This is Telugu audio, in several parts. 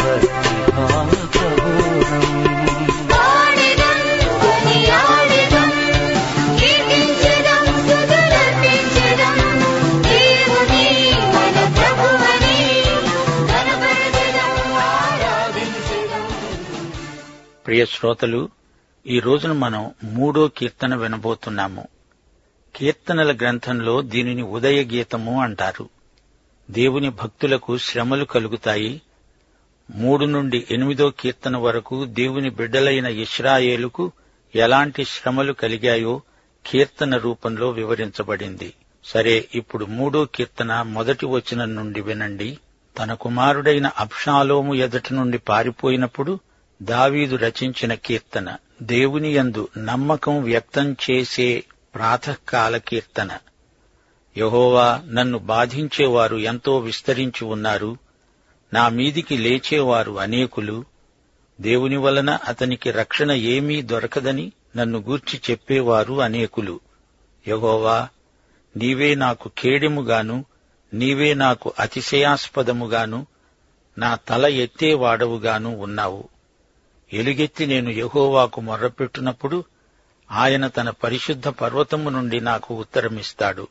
భక్తిభావబోధం ప్రియ శ్రోతలు ఈ రోజున మనం మూడో కీర్తన వినబోతున్నాము కీర్తనల గ్రంథంలో దీనిని ఉదయ గీతము అంటారు దేవుని భక్తులకు శ్రమలు కలుగుతాయి మూడు నుండి ఎనిమిదో కీర్తన వరకు దేవుని బిడ్డలైన ఇస్రాయేలుకు ఎలాంటి శ్రమలు కలిగాయో కీర్తన రూపంలో వివరించబడింది సరే ఇప్పుడు మూడో కీర్తన మొదటి వచనం నుండి వినండి తన కుమారుడైన అబ్షాలోము ఎదుట నుండి పారిపోయినప్పుడు దావీదు రచించిన కీర్తన దేవుని యందు నమ్మకం వ్యక్తం చేసే ప్రాతకాల కీర్తన యహోవా నన్ను బాధించేవారు ఎంతో విస్తరించి ఉన్నారు నా మీదికి లేచేవారు అనేకులు దేవుని వలన అతనికి రక్షణ ఏమీ దొరకదని నన్ను గూర్చి చెప్పేవారు అనేకులు యహోవా నీవే నాకు కేడెముగాను నీవే నాకు అతిశయాస్పదముగాను నా తల ఎత్తేవాడవుగాను ఉన్నావు ఎలుగెత్తి నేను యహోవాకు మొర్రపెట్టినప్పుడు ఆయన తన పరిశుద్ధ పర్వతము నుండి నాకు ఉత్తరమిస్తాడు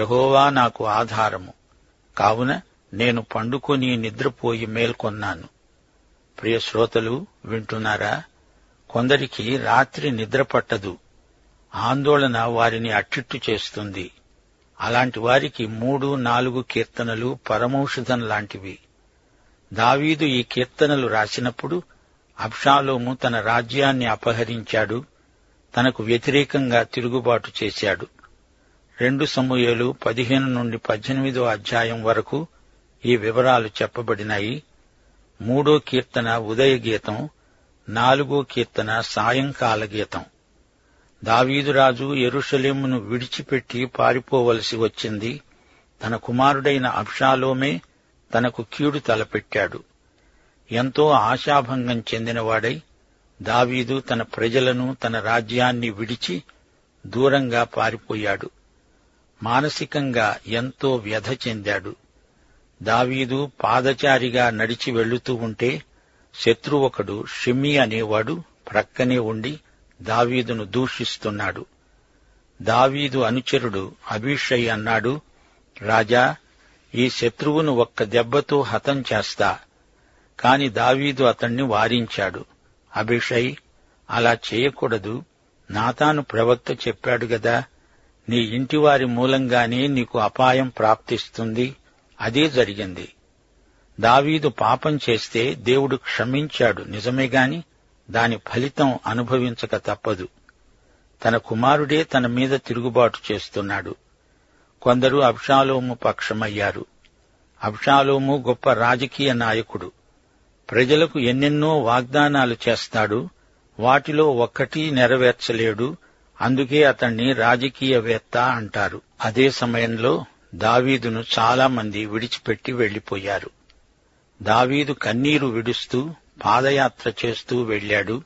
యహోవా నాకు ఆధారము కావున నేను పండుకొని నిద్రపోయి మేల్కొన్నాను ప్రియ శ్రోతలు వింటున్నారా కొందరికి రాత్రి నిద్ర పట్టదు ఆందోళన వారిని అట్టిట్టు చేస్తుంది అలాంటి వారికి మూడు నాలుగు కీర్తనలు పరమౌషధం లాంటివి దావీదు ఈ కీర్తనలు రాసినప్పుడు అబ్షాలోము తన రాజ్యాన్ని అపహరించాడు తనకు వ్యతిరేకంగా తిరుగుబాటు చేశాడు రెండు సమూహలు పదిహేను నుండి పద్దెనిమిదో అధ్యాయం వరకు ఈ వివరాలు చెప్పబడినాయి మూడో కీర్తన ఉదయ గీతం నాలుగో కీర్తన సాయంకాల గీతం దావీదురాజు యెరూషలేమును విడిచిపెట్టి పారిపోవలసి వచ్చింది తన కుమారుడైన అబ్షాలోమే తనకు కీడు తలపెట్టాడు ఎంతో ఆశాభంగం చెందినవాడై దావీదు తన ప్రజలను తన రాజ్యాన్ని విడిచి దూరంగా పారిపోయాడు మానసికంగా ఎంతో వ్యధ చెందాడు దావీదు పాదచారిగా నడిచి వెళ్లుతూ ఉంటే శత్రు ఒకడు షిమ్మి అనేవాడు ప్రక్కనే ఉండి దావీదును దూషిస్తున్నాడు దావీదు అనుచరుడు అభిషయ్ అన్నాడు రాజా ఈ శత్రువును ఒక్క దెబ్బతో హతం చేస్తా కాని దావీదు అతణ్ణి వారించాడు అభిషయ్ అలా చేయకూడదు నాతాను ప్రవక్త చెప్పాడు గదా నీ ఇంటివారి మూలంగానే నీకు అపాయం ప్రాప్తిస్తుంది అదే జరిగింది దావీదు పాపం చేస్తే దేవుడు క్షమించాడు నిజమే గాని దాని ఫలితం అనుభవించక తప్పదు తన కుమారుడే తన మీద తిరుగుబాటు చేస్తున్నాడు కొందరు అబ్షాలోము పక్షమయ్యారు అబ్షాలోము గొప్ప రాజకీయ నాయకుడు ప్రజలకు ఎన్నెన్నో వాగ్దానాలు చేస్తాడు వాటిలో ఒక్కటి నెరవేర్చలేడు అందుకే అతణ్ణి రాజకీయవేత్త అంటారు అదే సమయంలో దావీదును చాలా మంది విడిచిపెట్టి వెళ్లిపోయారు దావీదు కన్నీరు విడుస్తూ పాదయాత్ర చేస్తూ వెళ్ళాడు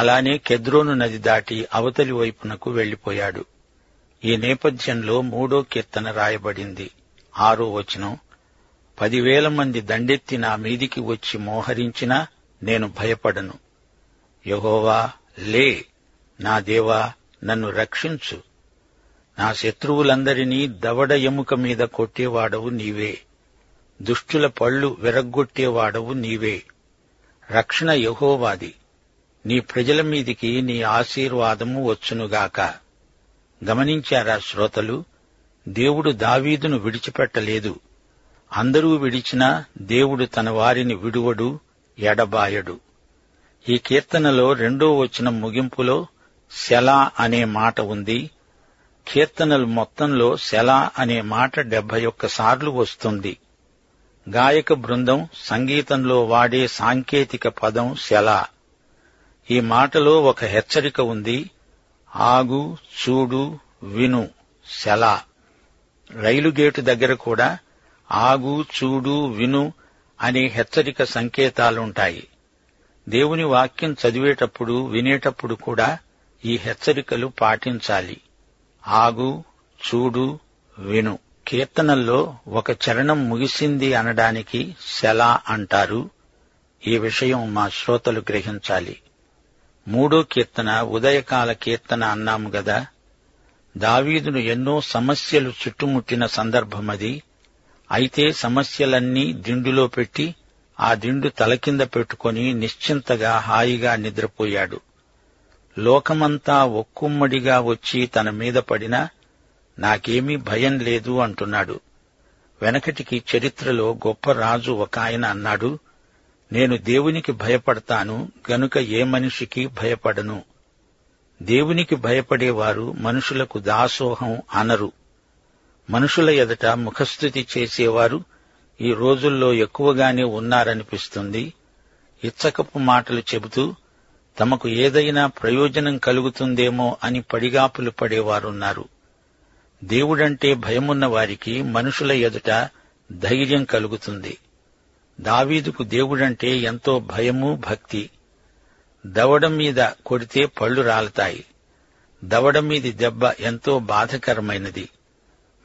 అలానే కెద్రోను నది దాటి అవతలి వైపునకు వెళ్లిపోయాడు ఈ నేపథ్యంలో మూడో కీర్తన రాయబడింది ఆరో వచనం పదివేల మంది దండెత్తి నా మీదికి వచ్చి మోహరించినా నేను భయపడను యహోవా లే నా దేవా నన్ను రక్షించు నా శత్రువులందరినీ దవడ ఎముక మీద కొట్టేవాడవు నీవే దుష్టుల పళ్ళు విరగ్గొట్టేవాడవు నీవే రక్షణ యహోవాది నీ ప్రజల మీదికి నీ ఆశీర్వాదము వచ్చునుగాక గమనించారా శ్రోతలు దేవుడు దావీదును విడిచిపెట్టలేదు అందరూ విడిచినా దేవుడు తన వారిని విడువడు ఎడబాయడు ఈ కీర్తనలో రెండో వచనం ముగింపులో శలా అనే మాట ఉంది కీర్తనలు మొత్తంలో శలా అనే మాట డెబ్బై ఒక్కసార్లు వస్తుంది గాయక బృందం సంగీతంలో వాడే సాంకేతిక పదం శలా ఈ మాటలో ఒక హెచ్చరిక ఉంది ఆగు చూడు విను శలా రైలు గేటు దగ్గర కూడా ఆగు చూడు విను అనే హెచ్చరిక సంకేతాలుంటాయి దేవుని వాక్యం చదివేటప్పుడు వినేటప్పుడు కూడా ఈ హెచ్చరికలు పాటించాలి ఆగు చూడు విను కీర్తనల్లో ఒక చరణం ముగిసింది అనడానికి శలా అంటారు ఈ విషయం మా శ్రోతలు గ్రహించాలి మూడో కీర్తన ఉదయకాల కీర్తన అన్నాము గదా దావీదును ఎన్నో సమస్యలు చుట్టుముట్టిన సందర్భమది అయితే సమస్యలన్నీ దిండులో పెట్టి ఆ దిండు తలకింద పెట్టుకొని నిశ్చింతగా హాయిగా నిద్రపోయాడు లోకమంతా ఒక్కుమ్మడిగా వచ్చి తన మీద పడినా నాకేమీ భయం లేదు అంటున్నాడు వెనకటికి చరిత్రలో గొప్ప రాజు ఒక ఆయన అన్నాడు నేను దేవునికి భయపడతాను గనుక ఏ మనిషికి భయపడను దేవునికి భయపడేవారు మనుషులకు దాసోహం అనరు మనుషుల ఎదుట ముఖస్థుతి చేసేవారు ఈ రోజుల్లో ఎక్కువగానే ఉన్నారనిపిస్తుంది ఇచ్చకపు మాటలు చెబుతూ తమకు ఏదైనా ప్రయోజనం కలుగుతుందేమో అని పడిగాపులు పడేవారున్నారు దేవుడంటే భయమున్న వారికి మనుషుల ఎదుట ధైర్యం కలుగుతుంది దావీదుకు దేవుడంటే ఎంతో భయము భక్తి దవడ మీద కొడితే పళ్ళు రాలతాయి దవడ మీది దెబ్బ ఎంతో బాధకరమైనది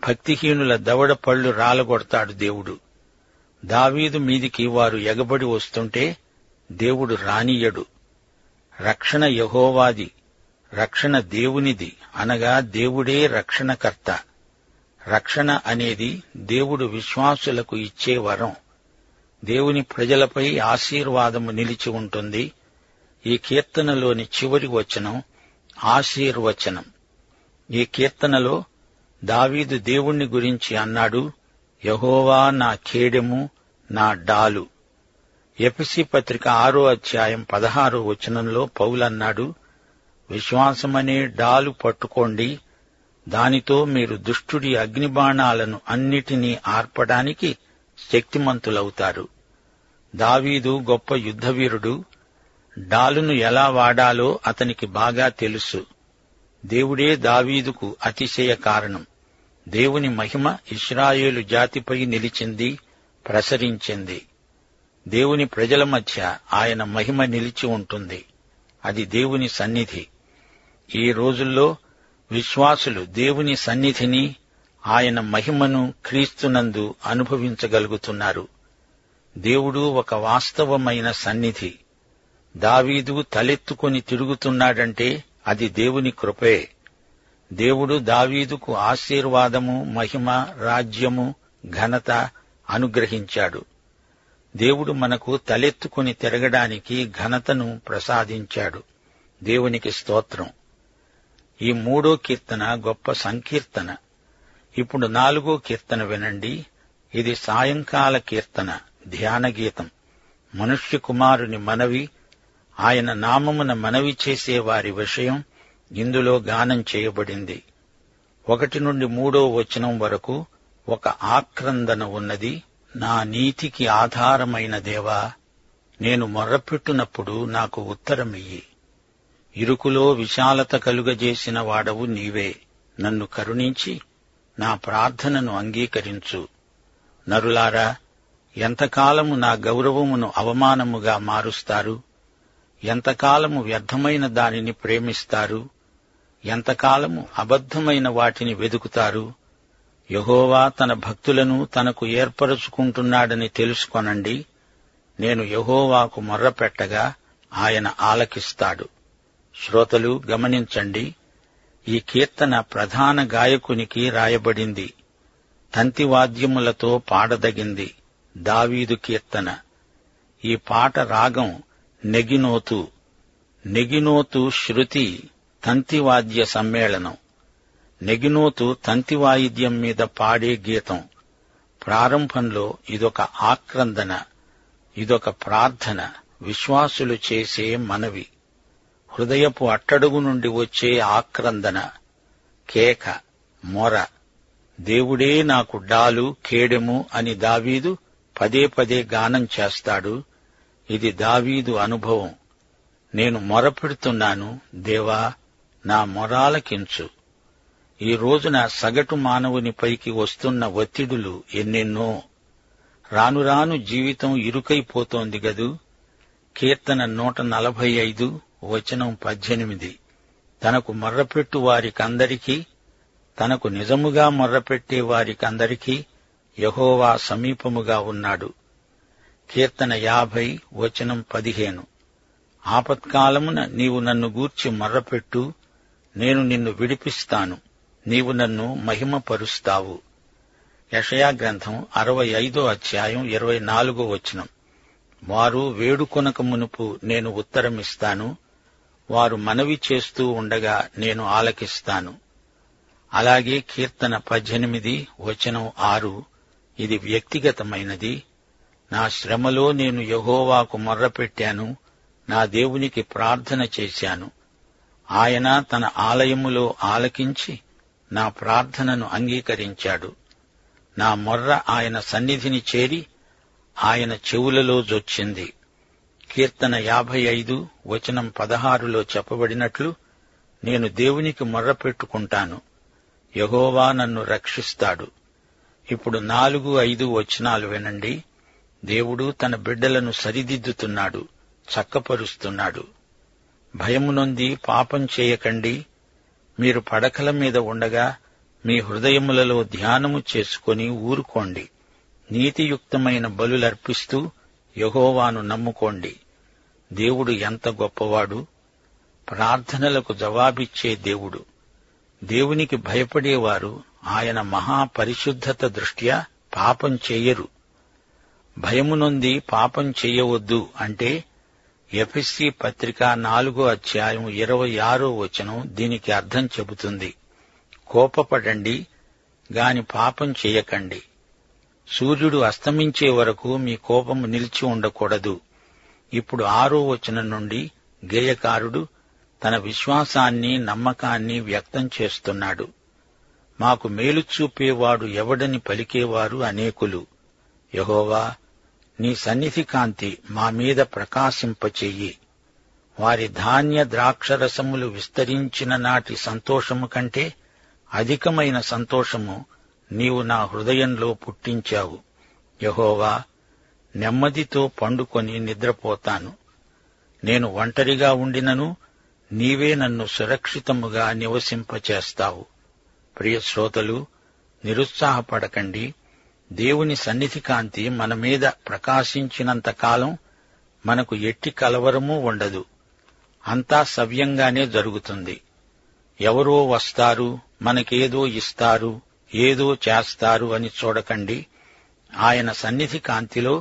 భక్తిహీనుల దవడ పళ్ళు రాలగొడతాడు దేవుడు దావీదు మీదికి వారు ఎగబడి వస్తుంటే దేవుడు రానియడు రక్షణ యహోవాది రక్షణ దేవునిది అనగా దేవుడే రక్షణకర్త రక్షణ అనేది దేవుడు విశ్వాసులకు ఇచ్చే వరం దేవుని ప్రజలపై ఆశీర్వాదము నిలిచి ఉంటుంది ఈ కీర్తనలోని చివరి వచనం ఆశీర్వచనం ఈ కీర్తనలో దావీదు దేవుణ్ణి గురించి అన్నాడు యహోవా నా ఖేడెము నా డాలు ఎపిసి పత్రిక ఆరో అధ్యాయం పదహారో వచనంలో పౌలన్నాడు విశ్వాసమనే డాలు పట్టుకోండి దానితో మీరు దుష్టుడి అగ్నిబాణాలను అన్నిటినీ ఆర్పడానికి శక్తిమంతులవుతారు దావీదు గొప్ప యుద్ధవీరుడు డాలును ఎలా వాడాలో అతనికి బాగా తెలుసు దేవుడే దావీదుకు అతిశయ కారణం దేవుని మహిమ ఇస్రాయేలు జాతిపై నిలిచింది ప్రసరించింది దేవుని ప్రజల మధ్య ఆయన మహిమ నిలిచి ఉంటుంది అది దేవుని సన్నిధి ఈ రోజుల్లో విశ్వాసులు దేవుని సన్నిధిని ఆయన మహిమను క్రీస్తునందు అనుభవించగలుగుతున్నారు దేవుడు ఒక వాస్తవమైన సన్నిధి దావీదు తలెత్తుకొని తిరుగుతున్నాడంటే అది దేవుని కృపే దేవుడు దావీదుకు ఆశీర్వాదము మహిమ రాజ్యము ఘనత అనుగ్రహించాడు దేవుడు మనకు తలెత్తుకొని తిరగడానికి ఘనతను ప్రసాదించాడు దేవునికి స్తోత్రం ఈ మూడో కీర్తన గొప్ప సంకీర్తన ఇప్పుడు నాలుగో కీర్తన వినండి ఇది సాయంకాల కీర్తన ధ్యాన గీతం మనుష్య కుమారుని మనవి ఆయన నామమున మనవి చేసే వారి విషయం ఇందులో గానం చేయబడింది ఒకటి నుండి మూడో వచనం వరకు ఒక ఆక్రందన ఉన్నది నా నీతికి ఆధారమైన దేవా నేను మొర్రపెట్టునప్పుడు నాకు ఉత్తరమియ్యి ఇరుకులో విశాలత కలుగజేసిన వాడవు నీవే నన్ను కరుణించి నా ప్రార్థనను అంగీకరించు నరులారా ఎంతకాలము నా గౌరవమును అవమానముగా మారుస్తారు ఎంతకాలము వ్యర్థమైన దానిని ప్రేమిస్తారు ఎంతకాలము అబద్ధమైన వాటిని వెదుకుతారు యహోవా తన భక్తులను తనకు ఏర్పరచుకుంటున్నాడని తెలుసుకొనండి నేను యహోవాకు మొర్రపెట్టగా ఆయన ఆలకిస్తాడు శ్రోతలు గమనించండి ఈ కీర్తన ప్రధాన గాయకునికి రాయబడింది తంతివాద్యములతో పాడదగింది దావీదు కీర్తన ఈ పాట రాగం నెగినోతు నెగినోతు శృతి తంతివాద్య సమ్మేళనం నెగినోతు తంతివాయిద్యం మీద పాడే గీతం ప్రారంభంలో ఇదొక ఆక్రందన ఇదొక ప్రార్థన విశ్వాసులు చేసే మనవి హృదయపు అట్టడుగు నుండి వచ్చే ఆక్రందన కేక మొర దేవుడే నాకు డాలు ఖేడెము అని దావీదు పదే పదే గానం చేస్తాడు ఇది దావీదు అనుభవం నేను మొరపెడుతున్నాను దేవా నా మొరాలకించు ఈ రోజున సగటు మానవునిపైకి వస్తున్న ఒత్తిడులు ఎన్నెన్నో రాను రాను జీవితం ఇరుకైపోతోంది గదు కీర్తన నూట నలభై ఐదు వచనం పద్దెనిమిది తనకు మొర్రపెట్టు వారికందరికీ తనకు నిజముగా మొర్రపెట్టే వారికందరికీ యహోవా సమీపముగా ఉన్నాడు కీర్తన యాభై వచనం పదిహేను ఆపత్కాలమున నీవు నన్ను గూర్చి మొర్రపెట్టు నేను నిన్ను విడిపిస్తాను నీవు నన్ను మహిమపరుస్తావు యషయా గ్రంథం అరవై ఐదో అధ్యాయం ఇరవై నాలుగో వచనం వారు వేడుకొనక మునుపు నేను ఉత్తరమిస్తాను వారు మనవి చేస్తూ ఉండగా నేను ఆలకిస్తాను అలాగే కీర్తన పద్దెనిమిది వచనం ఆరు ఇది వ్యక్తిగతమైనది నా శ్రమలో నేను యహోవాకు మొర్రపెట్టాను నా దేవునికి ప్రార్థన చేశాను ఆయన తన ఆలయములో ఆలకించి నా ప్రార్థనను అంగీకరించాడు నా మొర్ర ఆయన సన్నిధిని చేరి ఆయన చెవులలో జొచ్చింది కీర్తన యాభై ఐదు వచనం పదహారులో చెప్పబడినట్లు నేను దేవునికి మొర్ర పెట్టుకుంటాను యహోవా నన్ను రక్షిస్తాడు ఇప్పుడు నాలుగు ఐదు వచనాలు వినండి దేవుడు తన బిడ్డలను సరిదిద్దుతున్నాడు చక్కపరుస్తున్నాడు భయము నొంది పాపం చేయకండి మీరు పడకల మీద ఉండగా మీ హృదయములలో ధ్యానము చేసుకొని ఊరుకోండి నీతియుక్తమైన బలులర్పిస్తూ యహోవాను నమ్ముకోండి దేవుడు ఎంత గొప్పవాడు ప్రార్థనలకు జవాబిచ్చే దేవుడు దేవునికి భయపడేవారు ఆయన మహాపరిశుద్ధత దృష్ట్యా పాపం చేయరు భయము నొంది పాపం చేయవద్దు అంటే ఎఫ్ఎస్సి పత్రిక నాలుగో అధ్యాయం ఇరవై ఆరో వచనం దీనికి అర్థం చెబుతుంది కోపపడండి గాని పాపం చేయకండి సూర్యుడు అస్తమించే వరకు మీ కోపము నిలిచి ఉండకూడదు ఇప్పుడు ఆరో వచనం నుండి గేయకారుడు తన విశ్వాసాన్ని నమ్మకాన్ని వ్యక్తం చేస్తున్నాడు మాకు మేలు చూపేవాడు ఎవడని పలికేవారు అనేకులు యహోవా నీ సన్నిధి కాంతి మా మీద ప్రకాశింపచెయ్యి వారి ధాన్య ద్రాక్షరసములు విస్తరించిన నాటి సంతోషము కంటే అధికమైన సంతోషము నీవు నా హృదయంలో పుట్టించావు యహోవా నెమ్మదితో పండుకొని నిద్రపోతాను నేను ఒంటరిగా ఉండినను నీవే నన్ను సురక్షితముగా నివసింపచేస్తావు ప్రియ శ్రోతలు నిరుత్సాహపడకండి దేవుని సన్నిధి కాంతి మన మీద ప్రకాశించినంత కాలం మనకు ఎట్టి కలవరమూ ఉండదు అంతా సవ్యంగానే జరుగుతుంది ఎవరో వస్తారు మనకేదో ఇస్తారు ఏదో చేస్తారు అని చూడకండి ఆయన సన్నిధి కాంతిలో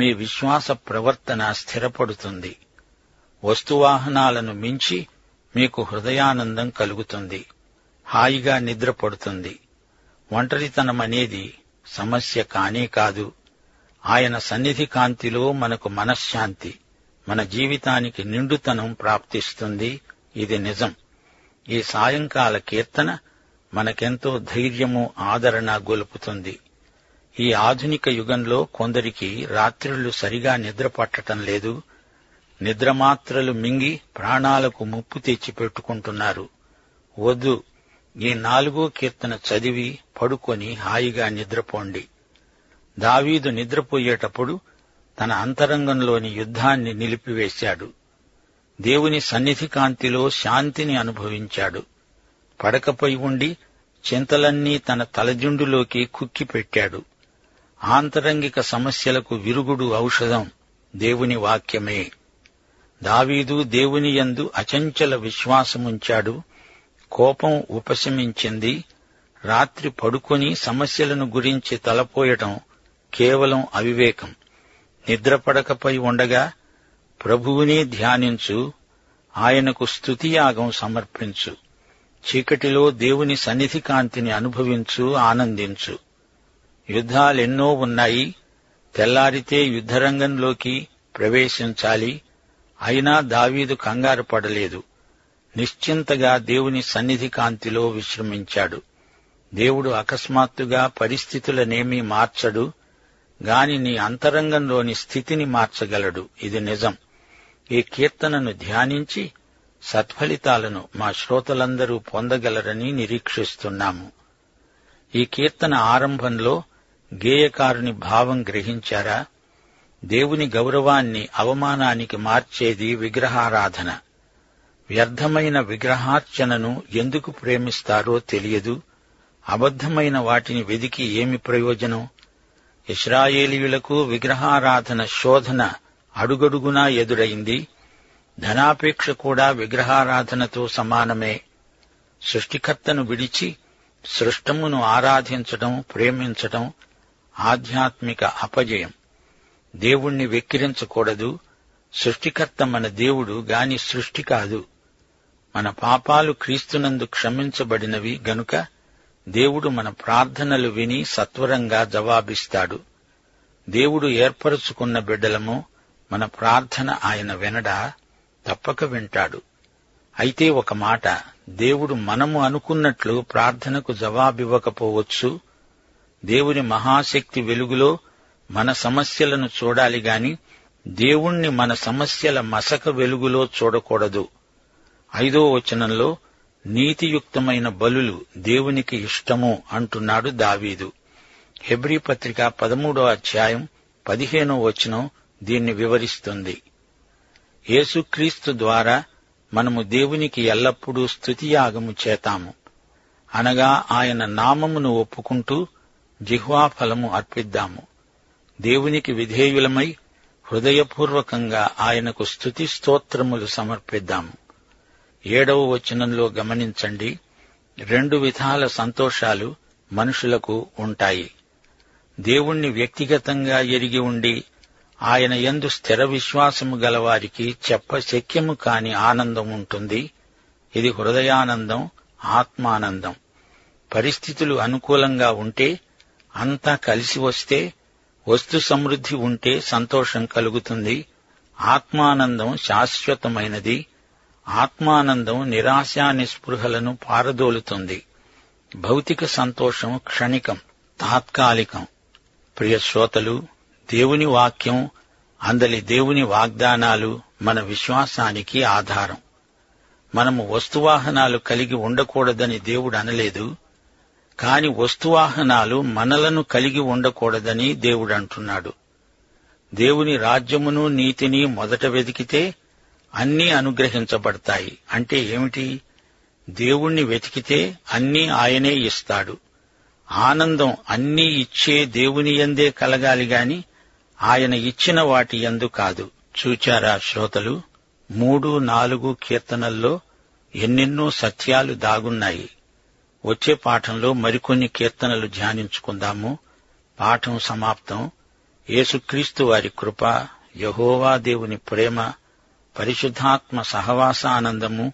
మీ విశ్వాస ప్రవర్తన స్థిరపడుతుంది వస్తువాహనాలను మించి మీకు హృదయానందం కలుగుతుంది హాయిగా నిద్రపడుతుంది ఒంటరితనం అనేది సమస్య కానే కాదు ఆయన సన్నిధి కాంతిలో మనకు మనశ్శాంతి మన జీవితానికి నిండుతనం ప్రాప్తిస్తుంది ఇది నిజం ఈ సాయంకాల కీర్తన మనకెంతో ధైర్యము ఆదరణ గొలుపుతుంది ఈ ఆధునిక యుగంలో కొందరికి రాత్రిళ్లు సరిగా నిద్ర పట్టటం లేదు నిద్రమాత్రలు మింగి ప్రాణాలకు ముప్పు తెచ్చిపెట్టుకుంటున్నారు వద్దు ఈ నాలుగో కీర్తన చదివి పడుకొని హాయిగా నిద్రపోండి దావీదు నిద్రపోయేటప్పుడు తన అంతరంగంలోని యుద్ధాన్ని నిలిపివేశాడు దేవుని సన్నిధి కాంతిలో శాంతిని అనుభవించాడు పడకపై ఉండి చింతలన్నీ తన తలజుండులోకి కుక్కి పెట్టాడు ఆంతరంగిక సమస్యలకు విరుగుడు ఔషధం దేవుని వాక్యమే దావీదు దేవుని యందు అచంచల విశ్వాసముంచాడు కోపం ఉపశమించింది రాత్రి పడుకొని సమస్యలను గురించి తలపోయటం కేవలం అవివేకం నిద్రపడకపై ఉండగా ప్రభువునే ధ్యానించు ఆయనకు స్తుతియాగం సమర్పించు చీకటిలో దేవుని సన్నిధి కాంతిని అనుభవించు ఆనందించు యుద్ధాలెన్నో ఉన్నాయి తెల్లారితే యుద్ధరంగంలోకి ప్రవేశించాలి అయినా దావీదు కంగారు పడలేదు నిశ్చింతగా దేవుని సన్నిధి కాంతిలో విశ్రమించాడు దేవుడు అకస్మాత్తుగా పరిస్థితులనేమీ మార్చడు గాని నీ అంతరంగంలోని స్థితిని మార్చగలడు ఇది నిజం ఈ కీర్తనను ధ్యానించి సత్ఫలితాలను మా శ్రోతలందరూ పొందగలరని నిరీక్షిస్తున్నాము ఈ కీర్తన ఆరంభంలో గేయకారుని భావం గ్రహించారా దేవుని గౌరవాన్ని అవమానానికి మార్చేది విగ్రహారాధన వ్యర్థమైన విగ్రహార్చనను ఎందుకు ప్రేమిస్తారో తెలియదు అబద్ధమైన వాటిని వెదికి ఏమి ప్రయోజనం ఇస్రాయేలీయులకు విగ్రహారాధన శోధన అడుగడుగునా ఎదురైంది ధనాపేక్ష కూడా విగ్రహారాధనతో సమానమే సృష్టికర్తను విడిచి సృష్టమును ఆరాధించడం ప్రేమించడం ఆధ్యాత్మిక అపజయం దేవుణ్ణి వెక్కిరించకూడదు సృష్టికర్త మన దేవుడు గాని సృష్టి కాదు మన పాపాలు క్రీస్తునందు క్షమించబడినవి గనుక దేవుడు మన ప్రార్థనలు విని సత్వరంగా జవాబిస్తాడు దేవుడు ఏర్పరచుకున్న బిడ్డలము మన ప్రార్థన ఆయన వినడా తప్పక వింటాడు అయితే ఒక మాట దేవుడు మనము అనుకున్నట్లు ప్రార్థనకు జవాబివ్వకపోవచ్చు దేవుని మహాశక్తి వెలుగులో మన సమస్యలను చూడాలి గాని దేవుణ్ణి మన సమస్యల మసక వెలుగులో చూడకూడదు ఐదో వచనంలో నీతియుక్తమైన బలులు దేవునికి ఇష్టము అంటున్నాడు దావీదు హెబ్రీ పత్రిక పదమూడో అధ్యాయం పదిహేనో వచనం దీన్ని వివరిస్తుంది యేసుక్రీస్తు ద్వారా మనము దేవునికి ఎల్లప్పుడూ స్థుతియాగము చేతాము అనగా ఆయన నామమును ఒప్పుకుంటూ జిహ్వాఫలము అర్పిద్దాము దేవునికి విధేయులమై హృదయపూర్వకంగా ఆయనకు స్థుతి స్తోత్రములు సమర్పిద్దాము ఏడవ వచనంలో గమనించండి రెండు విధాల సంతోషాలు మనుషులకు ఉంటాయి దేవుణ్ణి వ్యక్తిగతంగా ఎరిగి ఉండి ఆయన యందు స్థిర విశ్వాసము గలవారికి చెప్ప శక్యము కాని ఆనందం ఉంటుంది ఇది హృదయానందం ఆత్మానందం పరిస్థితులు అనుకూలంగా ఉంటే అంతా కలిసి వస్తే వస్తు సమృద్ధి ఉంటే సంతోషం కలుగుతుంది ఆత్మానందం శాశ్వతమైనది ఆత్మానందం నిరాశా నిస్పృహలను పారదోలుతుంది భౌతిక సంతోషం క్షణికం తాత్కాలికం ప్రియ శ్రోతలు దేవుని వాక్యం అందలి దేవుని వాగ్దానాలు మన విశ్వాసానికి ఆధారం మనము వస్తువాహనాలు కలిగి ఉండకూడదని దేవుడు అనలేదు కాని వస్తువాహనాలు మనలను కలిగి ఉండకూడదని దేవుడు అంటున్నాడు దేవుని రాజ్యమును నీతిని మొదట వెతికితే అన్నీ అనుగ్రహించబడతాయి అంటే ఏమిటి దేవుణ్ణి వెతికితే అన్నీ ఆయనే ఇస్తాడు ఆనందం అన్నీ ఇచ్చే దేవుని యందే కలగాలి గాని ఆయన ఇచ్చిన వాటి యందు కాదు చూచారా శ్రోతలు మూడు నాలుగు కీర్తనల్లో ఎన్నెన్నో సత్యాలు దాగున్నాయి వచ్చే పాఠంలో మరికొన్ని కీర్తనలు ధ్యానించుకుందాము పాఠం సమాప్తం యేసుక్రీస్తు వారి కృప యహోవా దేవుని ప్రేమ పరిశుద్ధాత్మ సహవాసానందము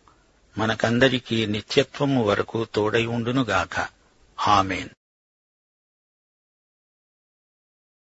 మనకందరికీ నిత్యత్వము వరకు తోడై ఉండునుగాక ఆమెన్